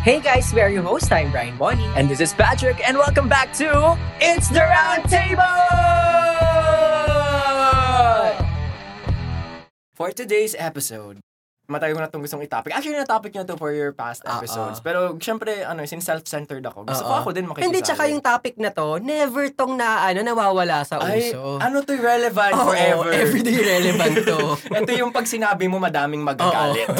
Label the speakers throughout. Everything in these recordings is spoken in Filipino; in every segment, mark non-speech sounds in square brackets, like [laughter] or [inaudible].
Speaker 1: Hey guys, we are your host. I'm Brian Bonnie.
Speaker 2: And this is Patrick, and welcome back to It's the Round Table! For today's episode, matagal ko na itong gustong itopic. Actually, na-topic nyo to for your past
Speaker 1: Ah,
Speaker 2: episodes.
Speaker 1: ah.
Speaker 2: Pero syempre, ano, since self-centered ako, gusto
Speaker 1: Ah, ah.
Speaker 2: ko ako din makikisali.
Speaker 1: Hindi, tsaka yung topic na to, never tong na, ano, nawawala sa
Speaker 2: Ay,
Speaker 1: uso.
Speaker 2: ano to relevant
Speaker 1: Oo,
Speaker 2: forever.
Speaker 1: everyday relevant to.
Speaker 2: [laughs] Ito yung pag sinabi mo, madaming magagalit.
Speaker 1: [laughs]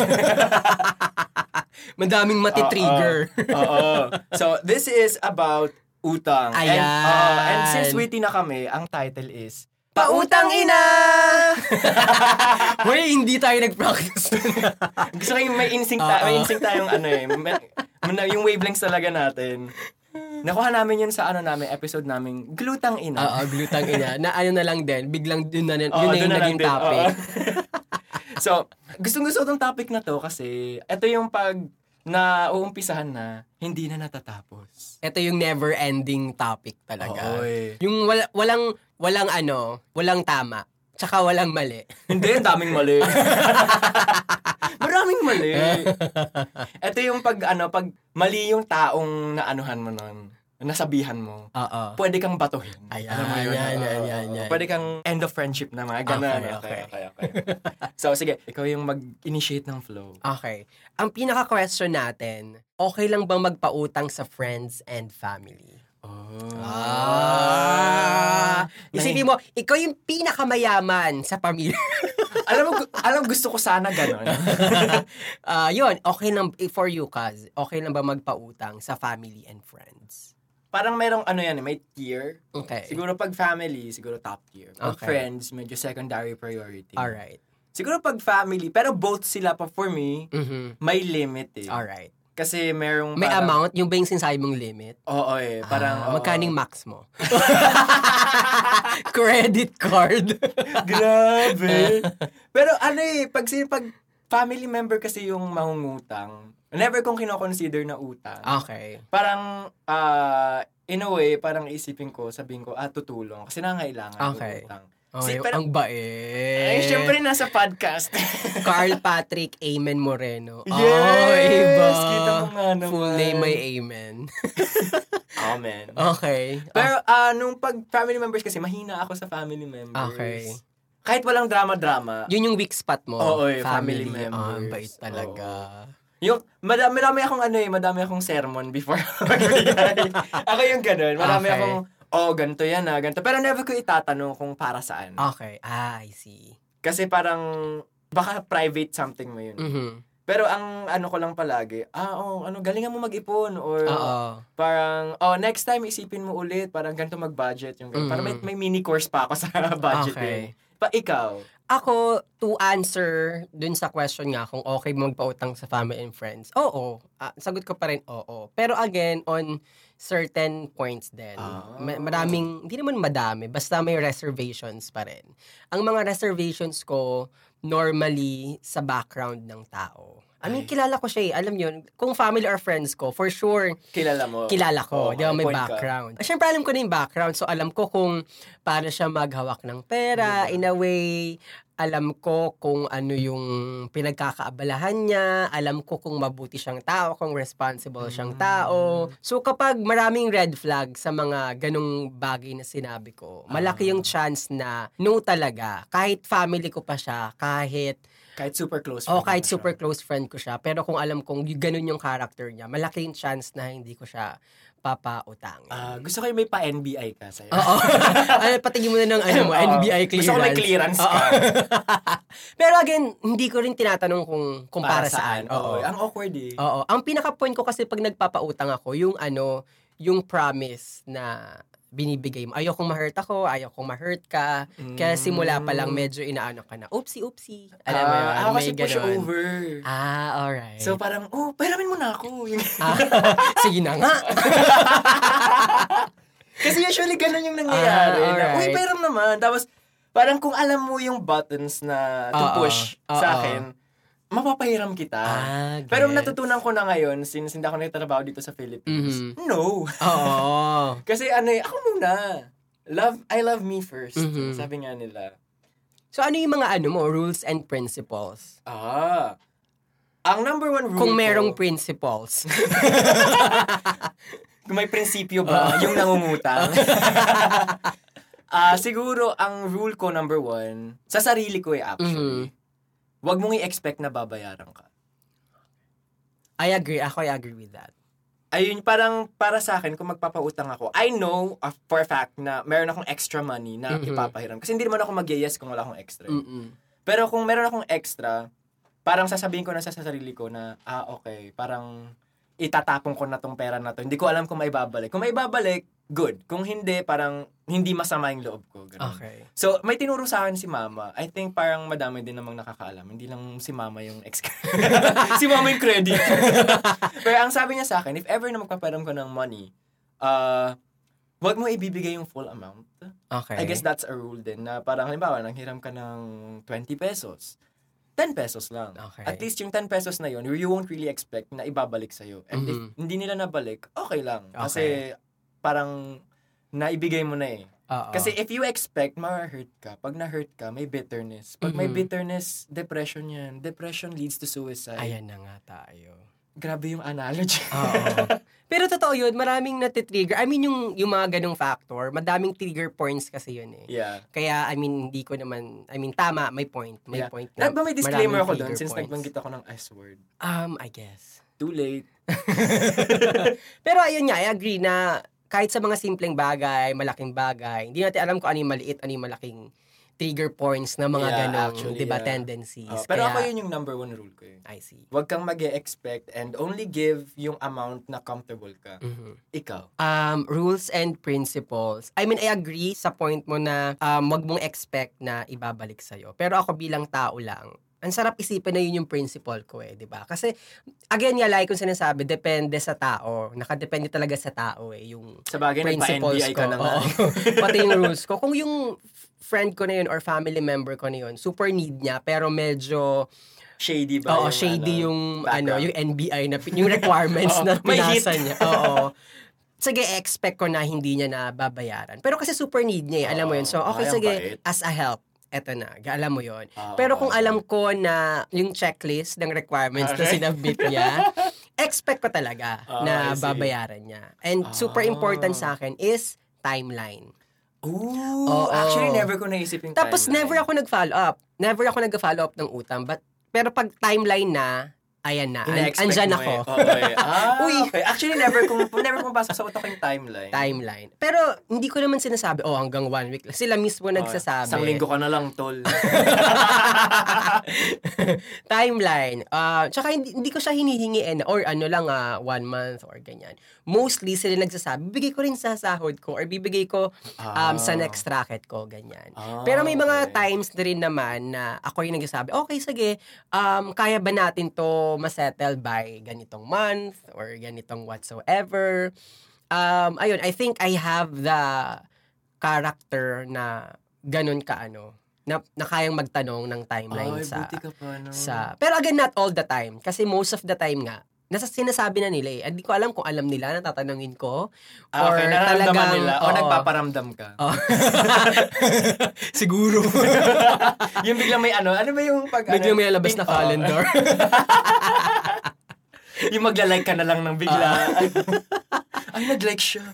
Speaker 1: Madaming matitrigger.
Speaker 2: [laughs] Ah, Oo. So, this is about utang. And,
Speaker 1: Ayan.
Speaker 2: oo, and since witty na kami, ang title is
Speaker 1: Pautang ina!
Speaker 2: ah,
Speaker 1: [laughs] Uy, hindi tayo nag-practice. [laughs]
Speaker 2: Gusto ko yung may instinct, ta-
Speaker 1: Oo.
Speaker 2: may instinct tayong ano eh. May- na- yung wavelengths talaga natin. Nakuha namin yun sa ano namin, episode namin, Glutang
Speaker 1: Oo,
Speaker 2: Ina.
Speaker 1: glutang ina. Na ano na lang din, biglang yun na, Ah, yun na
Speaker 2: Oo, doon
Speaker 1: yung
Speaker 2: Ah, na lang
Speaker 1: naging
Speaker 2: din. ah.
Speaker 1: topic.
Speaker 2: Oo. [laughs] so, gustong gusto itong topic na to kasi ito yung pag na uumpisahan na, hindi na natatapos.
Speaker 1: Ito yung never-ending topic talaga.
Speaker 2: Oy.
Speaker 1: Yung wala, walang, walang ano, walang tama. Tsaka walang mali.
Speaker 2: Hindi, ang daming
Speaker 1: [laughs]
Speaker 2: mali. Maraming mali. Ito yung pag, ano, pag mali yung taong naanuhan mo nun, nasabihan mo,
Speaker 1: Oo.
Speaker 2: pwede kang batuhin.
Speaker 1: Ayan,
Speaker 2: Alam mo yun?
Speaker 1: yan, yan,
Speaker 2: Oo, oo,
Speaker 1: yan,
Speaker 2: oo.
Speaker 1: yan.
Speaker 2: Pwede kang end of friendship na mga ganun.
Speaker 1: Okay, okay.
Speaker 2: okay, [laughs] so, sige, ikaw yung mag-initiate ng flow.
Speaker 1: Okay. Ang pinaka-question natin, okay lang bang magpautang sa friends and family?
Speaker 2: Oh.
Speaker 1: Ah! Isipin
Speaker 2: Isipin
Speaker 1: mo, ikaw yung pinakamayaman sa
Speaker 2: [laughs]
Speaker 1: pamilya. [laughs]
Speaker 2: alam mo, gu- alam gusto ko sana ganun. [laughs]
Speaker 1: Ah, yun, okay lang, eh, for you, Kaz, okay lang ba magpautang sa family and friends?
Speaker 2: Parang merong ano yan, eh, may tier.
Speaker 1: Okay.
Speaker 2: Siguro pag family, siguro top tier. Pag
Speaker 1: Eh. Okay.
Speaker 2: friends, medyo secondary priority.
Speaker 1: Alright.
Speaker 2: Siguro pag family, pero both sila pa for me,
Speaker 1: Mhm.
Speaker 2: may limit eh.
Speaker 1: Alright.
Speaker 2: Kasi merong
Speaker 1: May
Speaker 2: parang-
Speaker 1: amount, yung ba yung sinasabi mong limit?
Speaker 2: Oo eh, parang...
Speaker 1: Ah,
Speaker 2: oo.
Speaker 1: magkaning max mo? [laughs] Credit card.
Speaker 2: [laughs] Grabe. [laughs] Pero ano eh, pag, si- pag family member kasi yung mangungutang, never kong kinoconsider na utang.
Speaker 1: okay.
Speaker 2: Parang, ah, in a way, parang isipin ko, sabihin ko, ah, tutulong. Kasi nangangailangan ng
Speaker 1: Okay.
Speaker 2: utang.
Speaker 1: okay.
Speaker 2: pero-
Speaker 1: ang bait.
Speaker 2: Eh, syempre nasa podcast.
Speaker 1: [laughs] Carl Patrick Amen
Speaker 2: [laughs]
Speaker 1: Moreno. Oh, iba.
Speaker 2: yes! Kita mo nga naman.
Speaker 1: Full name may Oh, Amen.
Speaker 2: Amen.
Speaker 1: Okay.
Speaker 2: Pero ah, nung pag family members kasi, mahina ako sa family members.
Speaker 1: Okay.
Speaker 2: Kahit walang drama-drama,
Speaker 1: Ah, yun yung weak spot mo.
Speaker 2: Oo, eh, family
Speaker 1: Ah, ang
Speaker 2: members.
Speaker 1: bait talaga.
Speaker 2: Yung, madami, marami akong ano eh, madami akong sermon before [laughs] ako magbigay. ako yung ganun. Marami
Speaker 1: Okay.
Speaker 2: akong, oh, ganito yan ah, ganito. Pero never ko itatanong kung para saan.
Speaker 1: Okay. Ah, I see.
Speaker 2: Kasi parang, baka private something mo yun.
Speaker 1: Mhm.
Speaker 2: Pero ang ano ko lang palagi, ah, oh, ano, galingan mo mag-ipon. Or
Speaker 1: Oo.
Speaker 2: parang, oh, next time isipin mo ulit, parang ganito mag-budget. Yung, ganun.
Speaker 1: Mm.
Speaker 2: Parang may, may mini course pa ako [laughs] sa budget. eh.
Speaker 1: Okay.
Speaker 2: Pa ikaw.
Speaker 1: Ako, to answer dun sa question nga kung okay magpautang sa family and friends, oo. Ah, sagot ko pa rin, oo. Pero again, on certain points din.
Speaker 2: Ah.
Speaker 1: Ma- Maraming, hindi naman madami, basta may reservations pa rin. Ang mga reservations ko, normally, sa background ng tao. I mean,
Speaker 2: Ay.
Speaker 1: kilala ko siya eh. Alam yun, kung family or friends ko, for sure,
Speaker 2: Kilala mo.
Speaker 1: kilala ko.
Speaker 2: Oo,
Speaker 1: di ba, may
Speaker 2: may point ka.
Speaker 1: background. Siyempre, alam ko na yung background. So, alam ko kung paano siya maghawak ng pera.
Speaker 2: Diba?
Speaker 1: In a way, alam ko kung ano yung pinagkakaabalahan niya. Alam ko kung mabuti siyang tao, kung responsible siyang
Speaker 2: Hmm.
Speaker 1: tao. So, kapag maraming red flag sa mga ganong bagay na sinabi ko,
Speaker 2: Ah.
Speaker 1: malaki yung chance na no talaga. Kahit family ko pa siya, kahit
Speaker 2: Kahit super close.
Speaker 1: Oh,
Speaker 2: friend
Speaker 1: kahit
Speaker 2: mo siya.
Speaker 1: super close friend ko siya. Pero kung alam kong y- ganun yung character niya, malaki yung chance na hindi ko siya papautangin.
Speaker 2: Ah, gusto ko yung may pa-NBI ka sa'yo.
Speaker 1: Oo. [laughs] ano, patingin mo na ng ano mo,
Speaker 2: Ah, Oo.
Speaker 1: NBI clearance.
Speaker 2: Gusto ko may clearance ka.
Speaker 1: Oo. Pero again, hindi ko rin tinatanong kung, kung para, saan. Oo. Oh,
Speaker 2: Ang awkward eh.
Speaker 1: Oo. Ang pinaka-point ko kasi pag nagpapautang ako, yung ano, yung promise na binibigay mo. Ayokong ma-hurt ako, ayokong ma-hurt ka. Kaya simula pa lang medyo inaano ka na, oopsie, oopsie. Alam mo yun,
Speaker 2: Hmm. Ah, ako
Speaker 1: may
Speaker 2: kasi push
Speaker 1: ganun.
Speaker 2: over.
Speaker 1: Ah, alright.
Speaker 2: So parang, oh, pahiramin mo na ako.
Speaker 1: Ah, [laughs] sige na nga.
Speaker 2: [laughs] kasi usually ganun yung nangyayari.
Speaker 1: Ah,
Speaker 2: na,
Speaker 1: alright.
Speaker 2: Uy, pairam naman. Tapos, parang kung alam mo yung buttons na to
Speaker 1: Oo,
Speaker 2: push
Speaker 1: oo.
Speaker 2: sa akin, mapapahiram kita.
Speaker 1: Ah,
Speaker 2: Pero
Speaker 1: gets.
Speaker 2: natutunan ko na ngayon, since hindi ako nagtatrabaho dito sa Philippines,
Speaker 1: Mm-hmm.
Speaker 2: no. [laughs]
Speaker 1: Oo.
Speaker 2: Kasi ano eh, ako muna. Love, I love me first.
Speaker 1: Mhm.
Speaker 2: Sabi nga nila.
Speaker 1: So ano yung mga ano mo, rules and principles?
Speaker 2: Ah. Ang number one rule
Speaker 1: Kung
Speaker 2: ko-
Speaker 1: merong principles.
Speaker 2: Kung may prinsipyo ba yung nangungutang? [laughs] Ah, siguro ang rule ko number one, sa sarili ko eh actually. Huwag mong i-expect na babayaran ka.
Speaker 1: [laughs] I agree. Ako, I agree with that.
Speaker 2: Ayun, parang para sa akin, kung magpapautang ako, I know of- for a fact na meron akong extra money na
Speaker 1: Mhm.
Speaker 2: ipapahiram. Kasi hindi naman ako mag-yes kung wala akong extra.
Speaker 1: Mm-mm.
Speaker 2: Pero kung meron akong extra, parang sasabihin ko na sa sa sarili ko na, ah, okay, parang itatapon ko na tong pera na to. Hindi ko alam kung maibabalik. Kung maibabalik, good. Kung hindi, parang hindi masama yung loob ko. Ganun.
Speaker 1: Okay.
Speaker 2: So, may tinuro sa akin si mama. I think parang madami din namang nakakaalam. Hindi lang si mama yung ex [laughs] si mama yung credit. Pero ang sabi niya sa akin, if ever na magpaparam ko ng money, uh, wag mo ibibigay yung full amount.
Speaker 1: Okay.
Speaker 2: I guess that's a rule din na parang halimbawa, nanghiram ka ng 20 pesos, 10 pesos lang.
Speaker 1: Okay.
Speaker 2: At least yung 10 pesos na yun, you won't really expect na ibabalik sa'yo. And if
Speaker 1: Mhm.
Speaker 2: hindi nila nabalik, okay lang. Kasi parang naibigay mo na eh.
Speaker 1: Oo.
Speaker 2: Kasi if you expect, ma-hurt ka. Pag na-hurt ka, may bitterness. Pag may
Speaker 1: Mhm.
Speaker 2: bitterness, depression yan. Depression leads to suicide.
Speaker 1: Ayan na nga tayo.
Speaker 2: Grabe yung
Speaker 1: [laughs]
Speaker 2: analogy.
Speaker 1: Oo. [laughs] Pero totoo yun, maraming natitrigger. I mean, yung, yung mga ganong factor, madaming trigger points kasi yun eh.
Speaker 2: yeah.
Speaker 1: Kaya, I mean, hindi ko naman, I mean, tama, may point. May
Speaker 2: Yeah.
Speaker 1: point.
Speaker 2: Dapat ba may disclaimer
Speaker 1: maraming
Speaker 2: ako doon
Speaker 1: trigger
Speaker 2: since
Speaker 1: points.
Speaker 2: nagbanggit ako ng S-word?
Speaker 1: Um, I guess.
Speaker 2: Too late.
Speaker 1: Pero ayun nga, I agree na kahit sa mga simpleng bagay, malaking bagay, hindi natin alam kung ano yung maliit, ano yung malaking trigger points na mga
Speaker 2: Yeah,
Speaker 1: ganong,
Speaker 2: actually,
Speaker 1: di ba,
Speaker 2: yeah.
Speaker 1: tendencies.
Speaker 2: Oh, pero
Speaker 1: Kaya,
Speaker 2: ako yun yung number one rule ko eh.
Speaker 1: I see.
Speaker 2: Huwag kang mag expect and only give yung amount na comfortable ka.
Speaker 1: Mhm.
Speaker 2: Ikaw.
Speaker 1: um, rules and principles. I mean, I agree sa point mo na um, wag mong expect na ibabalik sa'yo. Pero ako bilang tao lang, ang sarap isipin na yun yung principle ko eh, di ba? Kasi, again, yeah, like kung sinasabi, depende sa tao. Nakadepende talaga sa tao eh, yung
Speaker 2: Sa bagay,
Speaker 1: principles
Speaker 2: nagpa-NDI
Speaker 1: ko.
Speaker 2: ka na nga.
Speaker 1: Oo. Pati yung rules ko. Kung yung f- friend ko na yun or family member ko na yun, super need niya, pero medyo,
Speaker 2: [laughs] Shady ba?
Speaker 1: oo,
Speaker 2: yung
Speaker 1: shady
Speaker 2: ano?
Speaker 1: yung, ano,
Speaker 2: background?
Speaker 1: yung NBI na, pin- yung requirements
Speaker 2: [laughs] Oo,
Speaker 1: na
Speaker 2: may hit.
Speaker 1: pinasa niya. Oo. Sige, expect ko na hindi niya na babayaran. Pero kasi super need niya, eh, alam mo yun. So,
Speaker 2: Oo,
Speaker 1: okay,
Speaker 2: ay, ang
Speaker 1: sige,
Speaker 2: bait.
Speaker 1: as a help, eto na, alam mo yun.
Speaker 2: Oo,
Speaker 1: Pero kung
Speaker 2: oo. Ah,
Speaker 1: alam ko na yung checklist ng requirements na
Speaker 2: Okay.
Speaker 1: sinabit
Speaker 2: [laughs]
Speaker 1: niya, expect ko talaga
Speaker 2: Ah,
Speaker 1: na
Speaker 2: I see. Ah.
Speaker 1: babayaran niya. And super important sa akin is timeline.
Speaker 2: Ooh,
Speaker 1: Oo.
Speaker 2: actually never ko naisip yung
Speaker 1: Tapos
Speaker 2: timeline.
Speaker 1: never ako nag-follow up. Never ako nag-follow up ng utang. But, pero pag timeline na, ayan na. An-
Speaker 2: Ina-expect
Speaker 1: andyan
Speaker 2: mo
Speaker 1: ako.
Speaker 2: Eh. Oo,
Speaker 1: [laughs]
Speaker 2: eh. Ah,
Speaker 1: Uy.
Speaker 2: okay. Actually, never kung never pumapasok sa utak ko yung timeline.
Speaker 1: Timeline. Pero hindi ko naman sinasabi, oh, hanggang one week. lang." Sila mismo nagsasabi.
Speaker 2: Isang linggo ka na lang, tol.
Speaker 1: [laughs] timeline. Ah, tsaka hindi, hindi ko siya hinihingi eh, na, or ano lang ah, one month or ganyan. Mostly sila nagsasabi, bibigay ko rin sa sahod ko or bibigay ko [laughs] um, sa next racket ko, ganyan.
Speaker 2: Ah,
Speaker 1: Pero may mga
Speaker 2: okay.
Speaker 1: times na rin naman na ako yung nagsasabi, okay, sige, um, kaya ba natin to masettle by ganitong month or ganitong whatsoever. Um, ayun, I think I have the character na ganun ka ano, na, na kayang magtanong ng timeline
Speaker 2: Ay,
Speaker 1: sa
Speaker 2: buti ka pa, no?
Speaker 1: sa pero again not all the time kasi most of the time nga nasa sinasabi na nila eh. Hindi ko alam kung alam nila na tatanungin ko.
Speaker 2: Ah, okay,
Speaker 1: or
Speaker 2: nararamdaman
Speaker 1: talagang-
Speaker 2: nila. O,
Speaker 1: oo.
Speaker 2: [laughs]
Speaker 1: [laughs]
Speaker 2: nagpaparamdam ka.
Speaker 1: Oh. Siguro.
Speaker 2: yung biglang may ano, ano ba yung pag...
Speaker 1: Biglang
Speaker 2: ano,
Speaker 1: may oh. labas na
Speaker 2: pin- Oo.
Speaker 1: calendar.
Speaker 2: yung magla-like ka na lang ng
Speaker 1: Ah.
Speaker 2: bigla. [laughs] Ay, nag-like siya.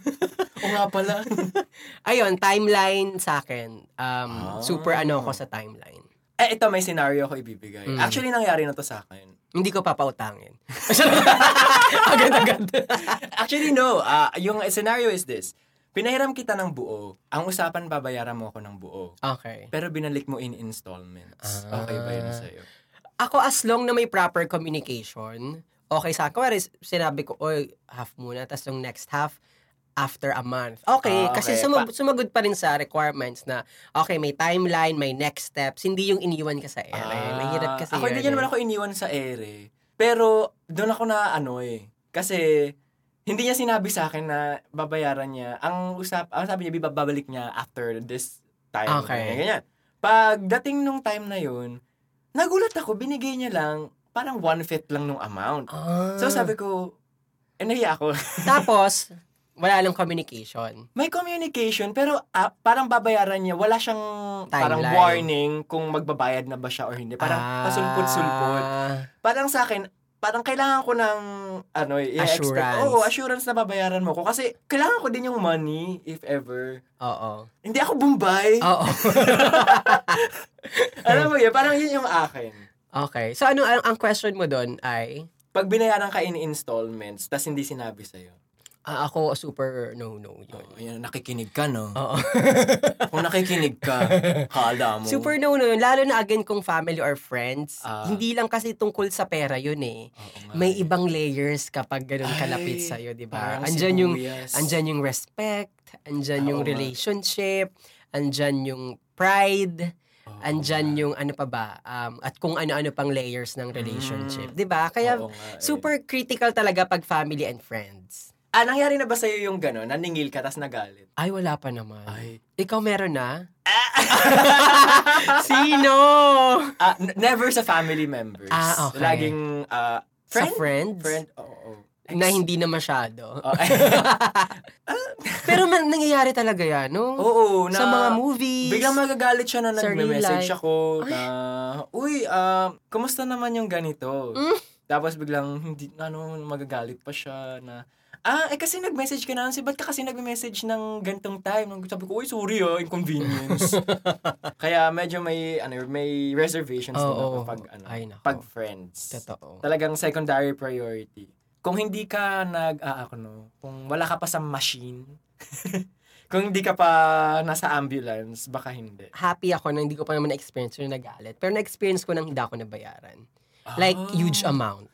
Speaker 2: O nga pala.
Speaker 1: [laughs] Ayun, timeline sa akin. Um,
Speaker 2: Ah.
Speaker 1: Super ano ko sa timeline.
Speaker 2: eh, ito may scenario ako ibibigay.
Speaker 1: Mm.
Speaker 2: Actually, nangyari na to sa akin.
Speaker 1: Hindi ko
Speaker 2: [laughs]
Speaker 1: papautangin. Agad-agad.
Speaker 2: Actually, no. Ah, yung scenario is this. Pinahiram kita ng buo. Ang usapan, babayaran mo ako ng buo.
Speaker 1: Okay.
Speaker 2: Pero binalik mo in installments.
Speaker 1: Ah.
Speaker 2: Okay ba yun sa'yo?
Speaker 1: Ako as long na may proper communication, okay sa akin. Kunwari, sinabi ko, oy, half muna, tapos yung next half, after a month. Okay,
Speaker 2: Ah,
Speaker 1: kasi
Speaker 2: okay.
Speaker 1: sumag- sumagod pa rin sa requirements na, okay, may timeline, may next steps, hindi yung iniwan ka sa ere. Mahirap kasi
Speaker 2: Ah, Ako,
Speaker 1: yun. eh.
Speaker 2: hindi niya naman ako iniwan sa ere. Pero, doon ako na ano eh. Kasi, hindi niya sinabi sa akin na babayaran niya. Ang usap, ang sabi niya, babalik niya after this time.
Speaker 1: Okay.
Speaker 2: Ganyan, ganyan. Pagdating nung time na yun, nagulat ako, binigay niya lang, parang one-fifth lang nung amount.
Speaker 1: Ah.
Speaker 2: So, sabi ko, eh, nahiya ako.
Speaker 1: Tapos, wala lang communication.
Speaker 2: May communication, pero ah, parang babayaran niya. Wala siyang parang
Speaker 1: Timeline.
Speaker 2: warning kung magbabayad na ba siya or hindi. Parang pasulpot-sulpot.
Speaker 1: Ah,
Speaker 2: parang sa akin, parang kailangan ko ng ano, i-expect.
Speaker 1: Assurance.
Speaker 2: Oo, assurance na babayaran mo ko. Kasi kailangan ko din yung money, if ever.
Speaker 1: Oo.
Speaker 2: Hindi ako Bombay.
Speaker 1: Oo. [laughs]
Speaker 2: Alam mo yun, parang yun yung akin.
Speaker 1: okay. So, ano ang, ang question mo doon ay,
Speaker 2: Pag binayaran ka in installments, tas hindi sinabi sa'yo.
Speaker 1: ah, ako super no-no yun.
Speaker 2: Oh, yun, nakikinig ka, no?
Speaker 1: Oo.
Speaker 2: [laughs] Kung nakikinig ka, kala mo.
Speaker 1: Super no-no yun. Lalo na again kung family or friends.
Speaker 2: Ah.
Speaker 1: Hindi lang kasi tungkol sa pera yun eh.
Speaker 2: Oo nga
Speaker 1: May
Speaker 2: eh.
Speaker 1: ibang layers kapag ganun
Speaker 2: Ay,
Speaker 1: kalapit sa'yo, di ba?
Speaker 2: Parang
Speaker 1: Andyan yung
Speaker 2: sibuyas.
Speaker 1: Andyan yung respect, andyan yung
Speaker 2: Oo nga.
Speaker 1: relationship, andyan yung pride,
Speaker 2: Oo
Speaker 1: andyan
Speaker 2: nga.
Speaker 1: yung ano pa ba, um, at kung ano-ano pang layers ng relationship.
Speaker 2: Mm.
Speaker 1: 'Di ba? Kaya
Speaker 2: Oo nga eh.
Speaker 1: super critical talaga pag family and friends.
Speaker 2: Ah, nangyari na ba sa'yo yung gano'n? Naningil ka, tas nagalit?
Speaker 1: Ay, wala pa naman.
Speaker 2: Ay.
Speaker 1: Ikaw meron
Speaker 2: [laughs]
Speaker 1: na? Sino?
Speaker 2: Ah, n- never sa family members.
Speaker 1: Ah, okay.
Speaker 2: Laging ah, friend?
Speaker 1: Sa friends?
Speaker 2: Friend, Ah. oo. oo.
Speaker 1: Na hindi na masyado.
Speaker 2: [laughs] Oo,
Speaker 1: Pero man, nangyayari talaga yan, no?
Speaker 2: [laughs] oo, na...
Speaker 1: Sa mga movies.
Speaker 2: Biglang magagalit siya na
Speaker 1: Sa real
Speaker 2: nagme-message
Speaker 1: life.
Speaker 2: ako na, uy, ah, kumusta naman yung ganito?
Speaker 1: Mm.
Speaker 2: Tapos biglang, hindi, ano, magagalit pa siya na, ah, eh kasi nag-message ka na, si ba't ka kasi nag-message ng gantong time? Nung Sabi ko, uy, sorry ah,
Speaker 1: [laughs]
Speaker 2: inconvenience. Kaya medyo may, ano, may reservations na
Speaker 1: Oo.
Speaker 2: kapag, ano,
Speaker 1: Ay, nako.
Speaker 2: pag friends.
Speaker 1: Totoo.
Speaker 2: talagang secondary priority. Kung hindi ka nag ah, ako no, kung wala ka pa sa machine, [laughs] kung hindi ka pa nasa ambulance, baka hindi.
Speaker 1: happy ako na hindi ko pa naman na-experience yung nagalit. Pero na-experience ko nang hindi ako nabayaran. Like,
Speaker 2: Ah.
Speaker 1: huge amount.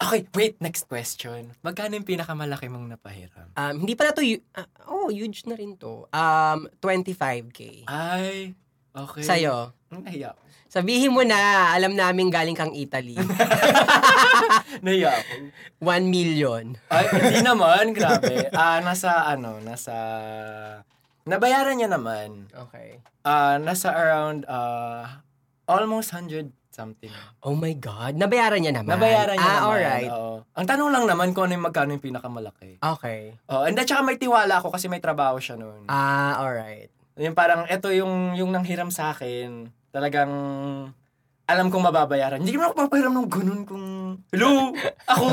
Speaker 2: Okay, wait, next question. Magkano yung pinakamalaki mong napahiram?
Speaker 1: Um, hindi pala to, hu- ah, oh, huge na rin to. Um, 25K.
Speaker 2: Ay, Ah, okay.
Speaker 1: Sa'yo.
Speaker 2: Hmm, Nahiya ako.
Speaker 1: Sabihin mo na, alam namin galing kang Italy.
Speaker 2: [laughs]
Speaker 1: 1
Speaker 2: Nahiya ako.
Speaker 1: million.
Speaker 2: Ay, hindi naman, grabe. Ah, nasa ano, nasa... Nabayaran niya naman.
Speaker 1: Okay.
Speaker 2: Ah, nasa around ah, almost 100 something.
Speaker 1: Oh my God. Nabayaran niya naman.
Speaker 2: Nabayaran niya
Speaker 1: ah,
Speaker 2: naman.
Speaker 1: alright.
Speaker 2: oo. Ang tanong lang naman kung ano yung magkano yung pinakamalaki.
Speaker 1: Okay.
Speaker 2: Oh, and at saka may tiwala ako kasi may trabaho siya noon.
Speaker 1: Ah, alright.
Speaker 2: Yung parang eto yung yung nanghiram sa akin. Talagang alam kong mababayaran. Hindi naman ako papahiram ng ganun kung... Hello?
Speaker 1: [laughs]
Speaker 2: Ako?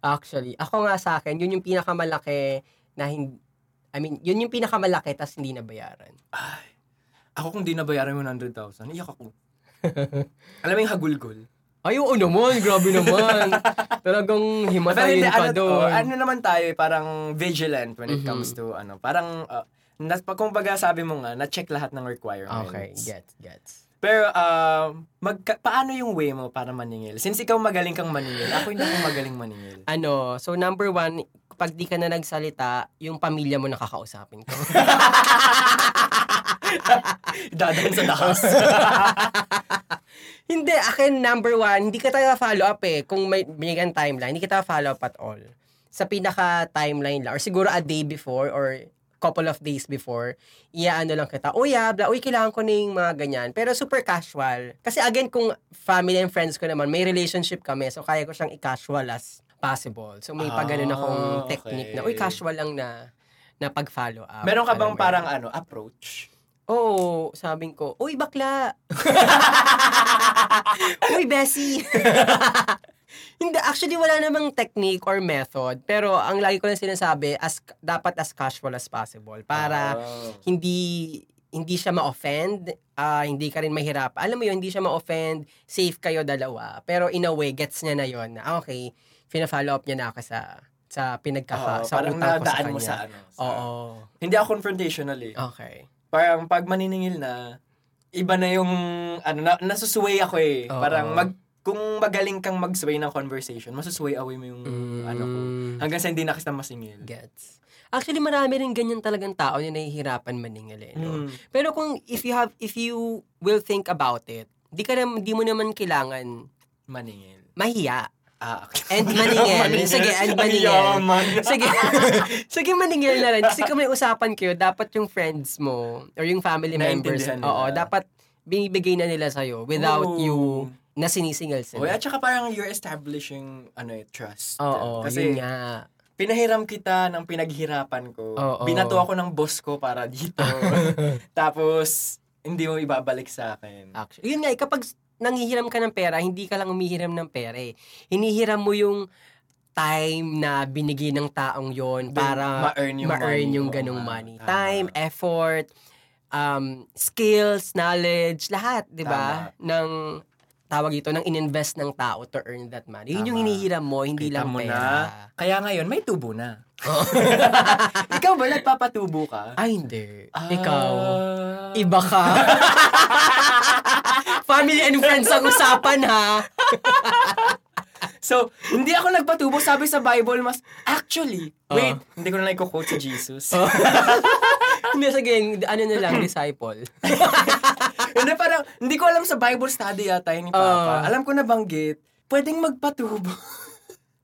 Speaker 1: Actually, ako nga sa akin, yun yung pinakamalaki na hindi, I mean, yun yung pinakamalaki tas hindi nabayaran.
Speaker 2: ako kung di nabayaran yung 100,000, iyak ako. alam mo yung hagulgol?
Speaker 1: Ay, oo naman.
Speaker 2: [laughs]
Speaker 1: Grabe naman. Talagang himatayin
Speaker 2: hindi,
Speaker 1: pa
Speaker 2: ano,
Speaker 1: doon.
Speaker 2: oh, ano naman tayo, eh, parang vigilant when it
Speaker 1: Mhm.
Speaker 2: comes to ano. Parang, uh, nas, kung baga sabi mo nga, na-check lahat ng requirements.
Speaker 1: okay, gets, gets.
Speaker 2: Pero, um, magka- paano yung way mo para maningil? Since ikaw magaling kang maningil, ako hindi ako magaling [laughs] maningil.
Speaker 1: Ano, so number one, pag di ka na nagsalita, yung pamilya mo nakakausapin ko.
Speaker 2: Dadaan sa taas.
Speaker 1: hindi, akin number one, hindi ka talaga follow up eh. Kung may binigyan timeline, hindi kita follow up at all. Sa pinaka timeline lang, or siguro a day before, or couple of days before, iaano lang kita, uy, ah, bla, uy, kailangan ko na yung mga ganyan. Pero super casual. Kasi again, kung family and friends ko naman, may relationship kami, so kaya ko siyang i-casual as possible. So may pag pagano na akong
Speaker 2: Ah, okay.
Speaker 1: technique na, uy, casual lang na na pag-follow up.
Speaker 2: [laughs] Meron ka
Speaker 1: Alam
Speaker 2: bang
Speaker 1: mo yun?
Speaker 2: parang ano, approach?
Speaker 1: Oo, sabing ko, uy,
Speaker 2: [laughs]
Speaker 1: bakla! uy, Bessie! [laughs] Hindi, actually, wala namang technique or method. Pero ang lagi ko lang sinasabi, as, dapat as casual as possible. Para
Speaker 2: Ah.
Speaker 1: hindi hindi siya ma-offend, ah, hindi ka rin mahirap. Alam mo yun, hindi siya ma-offend, safe kayo dalawa. Pero in a way, gets niya na yun. na, Ah, okay, fina-follow up niya na ako sa sa
Speaker 2: Oo,
Speaker 1: pinagkaka, sa utang
Speaker 2: parang
Speaker 1: ko sa
Speaker 2: nadaan
Speaker 1: kanya.
Speaker 2: mo sa ano. sa- [laughs]
Speaker 1: Oo.
Speaker 2: Hindi ako confrontational eh.
Speaker 1: Okay.
Speaker 2: Parang pag maniningil na, iba na yung, ano, na, nasusway ako eh.
Speaker 1: Oo.
Speaker 2: Parang mag, kung magaling kang magsway ng conversation, masusway away mo yung ano ko.
Speaker 1: Mm.
Speaker 2: Hanggang sa hindi na kita masingil.
Speaker 1: Gets. Actually, marami rin ganyan talagang tao na nahihirapan maningil eh, no?
Speaker 2: Mm.
Speaker 1: Pero kung if you have if you will think about it, di ka nam- di mo naman kailangan
Speaker 2: Maningil.
Speaker 1: mahiya.
Speaker 2: Ah, okay.
Speaker 1: And
Speaker 2: [laughs]
Speaker 1: maningil. Sige, and
Speaker 2: Ang
Speaker 1: maningil.
Speaker 2: yaman. [laughs]
Speaker 1: Sige. [laughs] Sige maningil na rin kasi kung may usapan kayo, dapat yung friends mo or yung family members,
Speaker 2: Naintindihan nila.
Speaker 1: oo, dapat binibigay na nila sa'yo without
Speaker 2: Oo.
Speaker 1: you na sinisingil
Speaker 2: Oh,
Speaker 1: sila.
Speaker 2: at saka parang you're establishing ano eh, trust.
Speaker 1: Oo,
Speaker 2: Kasi
Speaker 1: yun nga.
Speaker 2: pinahiram kita ng pinaghirapan ko.
Speaker 1: Oo.
Speaker 2: Binato ako ng boss ko para dito.
Speaker 1: [laughs]
Speaker 2: Tapos, hindi mo ibabalik sa akin.
Speaker 1: Actually, yun nga, eh, kapag nangihiram ka ng pera, hindi ka lang umihiram ng pera eh. Hinihiram mo yung time na binigay ng taong yon para
Speaker 2: ma-earn yung,
Speaker 1: ma-earn
Speaker 2: money.
Speaker 1: yung
Speaker 2: Oo
Speaker 1: ganong
Speaker 2: nga,
Speaker 1: money.
Speaker 2: tama.
Speaker 1: Time, effort, um, skills, knowledge, lahat, di ba? Ng tawag ito, ng ininvest ng tao to earn that money. Yun yung
Speaker 2: Tama.
Speaker 1: hinihiram mo, hindi
Speaker 2: Kita
Speaker 1: lang
Speaker 2: mo
Speaker 1: pera.
Speaker 2: na. Kaya ngayon, may tubo na. [laughs] Ikaw ba nagpapatubo ka?
Speaker 1: Ay, hindi. Ah,
Speaker 2: Ah.
Speaker 1: Ikaw. Iba
Speaker 2: [laughs]
Speaker 1: ka. Family and friends ang usapan, ha?
Speaker 2: So, hindi ako nagpatubo. Sabi sa Bible, mas actually,
Speaker 1: Oh.
Speaker 2: wait, hindi ko na i-quote si
Speaker 1: [laughs]
Speaker 2: Jesus.
Speaker 1: Hindi, sige, ano na lang, disciple.
Speaker 2: Hindi, parang, hindi ko alam sa Bible study yata yun ni
Speaker 1: Oh.
Speaker 2: Papa. Alam ko nabanggit, pwedeng magpatubo.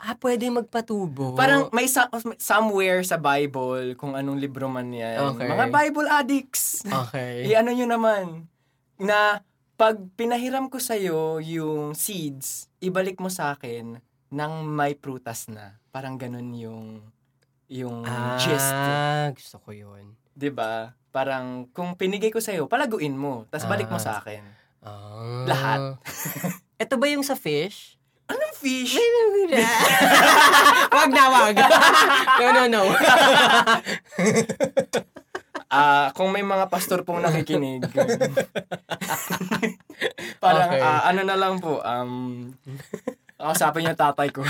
Speaker 1: Ah, pwede magpatubo.
Speaker 2: parang may sa- somewhere sa Bible, kung anong libro man yan.
Speaker 1: Okay.
Speaker 2: Mga Bible addicts.
Speaker 1: Okay.
Speaker 2: I-ano nyo naman, na pag pinahiram ko sa'yo yung seeds, ibalik mo sa akin ng may prutas na. Parang ganun yung yung gist.
Speaker 1: Ah, gusto ko yun.
Speaker 2: 'Di ba? Parang kung pinigay ko sa'yo, palaguin mo, tas balik mo
Speaker 1: Ah.
Speaker 2: sa akin.
Speaker 1: Ah.
Speaker 2: Lahat.
Speaker 1: [laughs] Ito ba yung sa fish?
Speaker 2: Anong fish?
Speaker 1: [laughs] wag na, wag. no, no, no.
Speaker 2: Ah, kung may mga pastor pong nakikinig. parang
Speaker 1: Okay.
Speaker 2: ah, ano na lang po, um kausapin niyo tatay ko.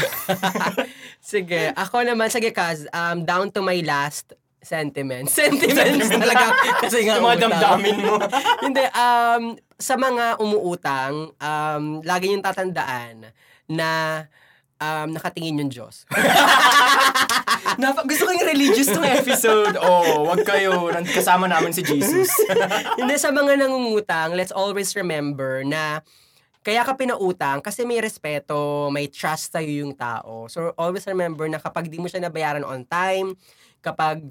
Speaker 1: [laughs] Sige, ako naman, sige Kaz, um, down to my last sentiment. [laughs] Sentiments talaga. Kasi nga
Speaker 2: Yung mga
Speaker 1: utang.
Speaker 2: damdamin mo.
Speaker 1: Hindi, um, sa mga umuutang, um, lagi yung tatandaan na um, nakatingin yung Diyos. [laughs]
Speaker 2: Napa- gusto ko yung religious tong episode. Oo, oh, wag kayo. Nan- Kasama namin si Jesus.
Speaker 1: Hindi, sa mga nangungutang, let's always remember na kaya ka pinautang kasi may respeto, may trust sa'yo yung tao. So always remember na kapag di mo siya nabayaran on time, kapag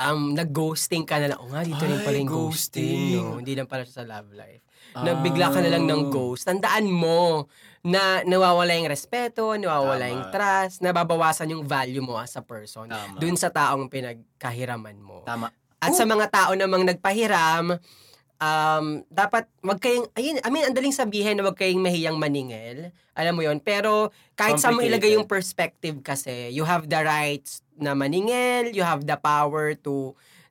Speaker 1: um, nag-ghosting ka na lang, oh nga, dito rin
Speaker 2: Ay,
Speaker 1: pala yung ghosting.
Speaker 2: ghosting.
Speaker 1: no? Hindi lang pala siya sa love life. Nagbigla ka na lang
Speaker 2: Oh.
Speaker 1: ng ghost. Tandaan mo na nawawala yung respeto, nawawala
Speaker 2: Tama.
Speaker 1: yung trust, nababawasan yung value mo as a person
Speaker 2: Tama.
Speaker 1: dun sa taong pinagkahiraman mo.
Speaker 2: Tama.
Speaker 1: At
Speaker 2: Oh.
Speaker 1: sa mga tao namang nagpahiram, um, dapat wag kayong, ayun, I mean, ang daling sabihin na wag kayong mahiyang maningil. Alam mo yon Pero kahit sa mo ilagay
Speaker 2: Complicated.
Speaker 1: yung perspective kasi, you have the rights na maningil, you have the power to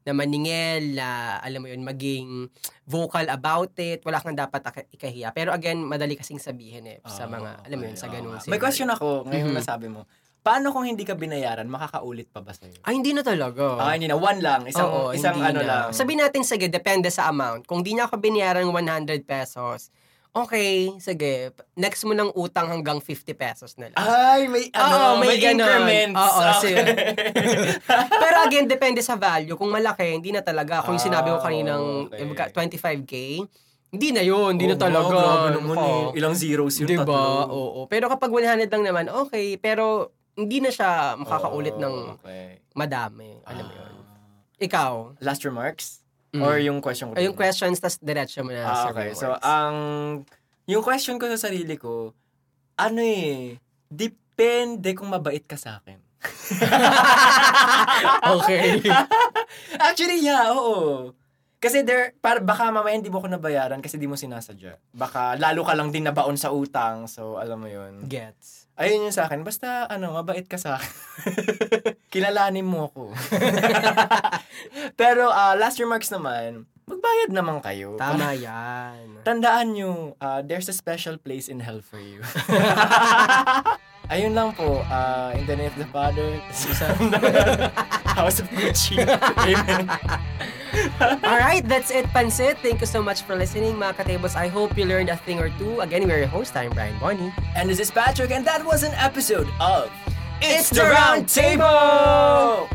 Speaker 1: na maningil, na alam mo yun, maging vocal about it, wala kang dapat aka- ikahiya. Pero again, madali kasing sabihin eh, sa
Speaker 2: Oo,
Speaker 1: mga, alam mo yun,
Speaker 2: Ah, okay,
Speaker 1: sa
Speaker 2: oo
Speaker 1: ganung
Speaker 2: nga. May
Speaker 1: scenario.
Speaker 2: question ako ngayon
Speaker 1: Mhm.
Speaker 2: nasabi mo. Paano kung hindi ka binayaran, makakaulit pa ba sa'yo?
Speaker 1: Ay, hindi na talaga.
Speaker 2: Ah, hindi na. One lang. Isang,
Speaker 1: Oo,
Speaker 2: isang
Speaker 1: hindi
Speaker 2: ano
Speaker 1: na.
Speaker 2: lang.
Speaker 1: Sabihin natin, sige, depende sa amount. Kung di niya ako binayaran ng 100 pesos, okay, sige, next mo ng utang hanggang 50 pesos na lang.
Speaker 2: Ay, may Ah, ano,
Speaker 1: Oo, may
Speaker 2: may,
Speaker 1: ganon.
Speaker 2: increments. Ah,
Speaker 1: Oo,
Speaker 2: Okay.
Speaker 1: sige. [laughs] Pero again, depende sa value. Kung malaki, hindi na talaga. Kung yung sinabi ko
Speaker 2: Ah,
Speaker 1: kaninang
Speaker 2: okay.
Speaker 1: eh, magka- 25K, hindi na yun, hindi na
Speaker 2: Oo,
Speaker 1: talaga.
Speaker 2: Grabe naman
Speaker 1: Oo.
Speaker 2: eh. Ilang zeros yun,
Speaker 1: Diba?
Speaker 2: tatlo.
Speaker 1: Oo. Pero kapag 100 lang naman, okay. Pero hindi na siya makakaulit
Speaker 2: Oo,
Speaker 1: ng
Speaker 2: okay.
Speaker 1: madami. Alam mo yun.
Speaker 2: Ah.
Speaker 1: Ikaw?
Speaker 2: Last remarks?
Speaker 1: Mm.
Speaker 2: Or yung question ko?
Speaker 1: Ay, yung
Speaker 2: rin?
Speaker 1: questions, tas diretso mo na
Speaker 2: Ano Ah,
Speaker 1: sa
Speaker 2: okay.
Speaker 1: rewards.
Speaker 2: So, ang... yung question ko sa sarili ko, ano eh, depende kung mabait ka sa akin.
Speaker 1: [laughs]
Speaker 2: [laughs]
Speaker 1: okay.
Speaker 2: Actually, yeah, oo. Kasi there, para, baka mamaya hindi mo ko nabayaran kasi di mo sinasadya. Baka lalo ka lang din nabaon sa utang. So, alam mo yun.
Speaker 1: Gets.
Speaker 2: Ayun yun sa akin. Basta, ano, mabait ka sa akin. [laughs] Kilalanin mo ako. [laughs] Pero, ah, last remarks naman, magbayad naman kayo.
Speaker 1: Tama yan.
Speaker 2: Tandaan nyo, ah, there's a special place in hell for
Speaker 1: [laughs]
Speaker 2: you. Ayun lang po, ah, in the name of the Father, the [laughs] Son, and the
Speaker 1: [laughs]
Speaker 2: House of Gucci. Amen.
Speaker 1: Alright, that's it, Pansit. Thank you so much for listening, mga katables. I hope you learned a thing or two. Again, we're your host. I'm Brian Bonnie.
Speaker 2: And this is Patrick, and that was an episode of
Speaker 1: It's the Round Table!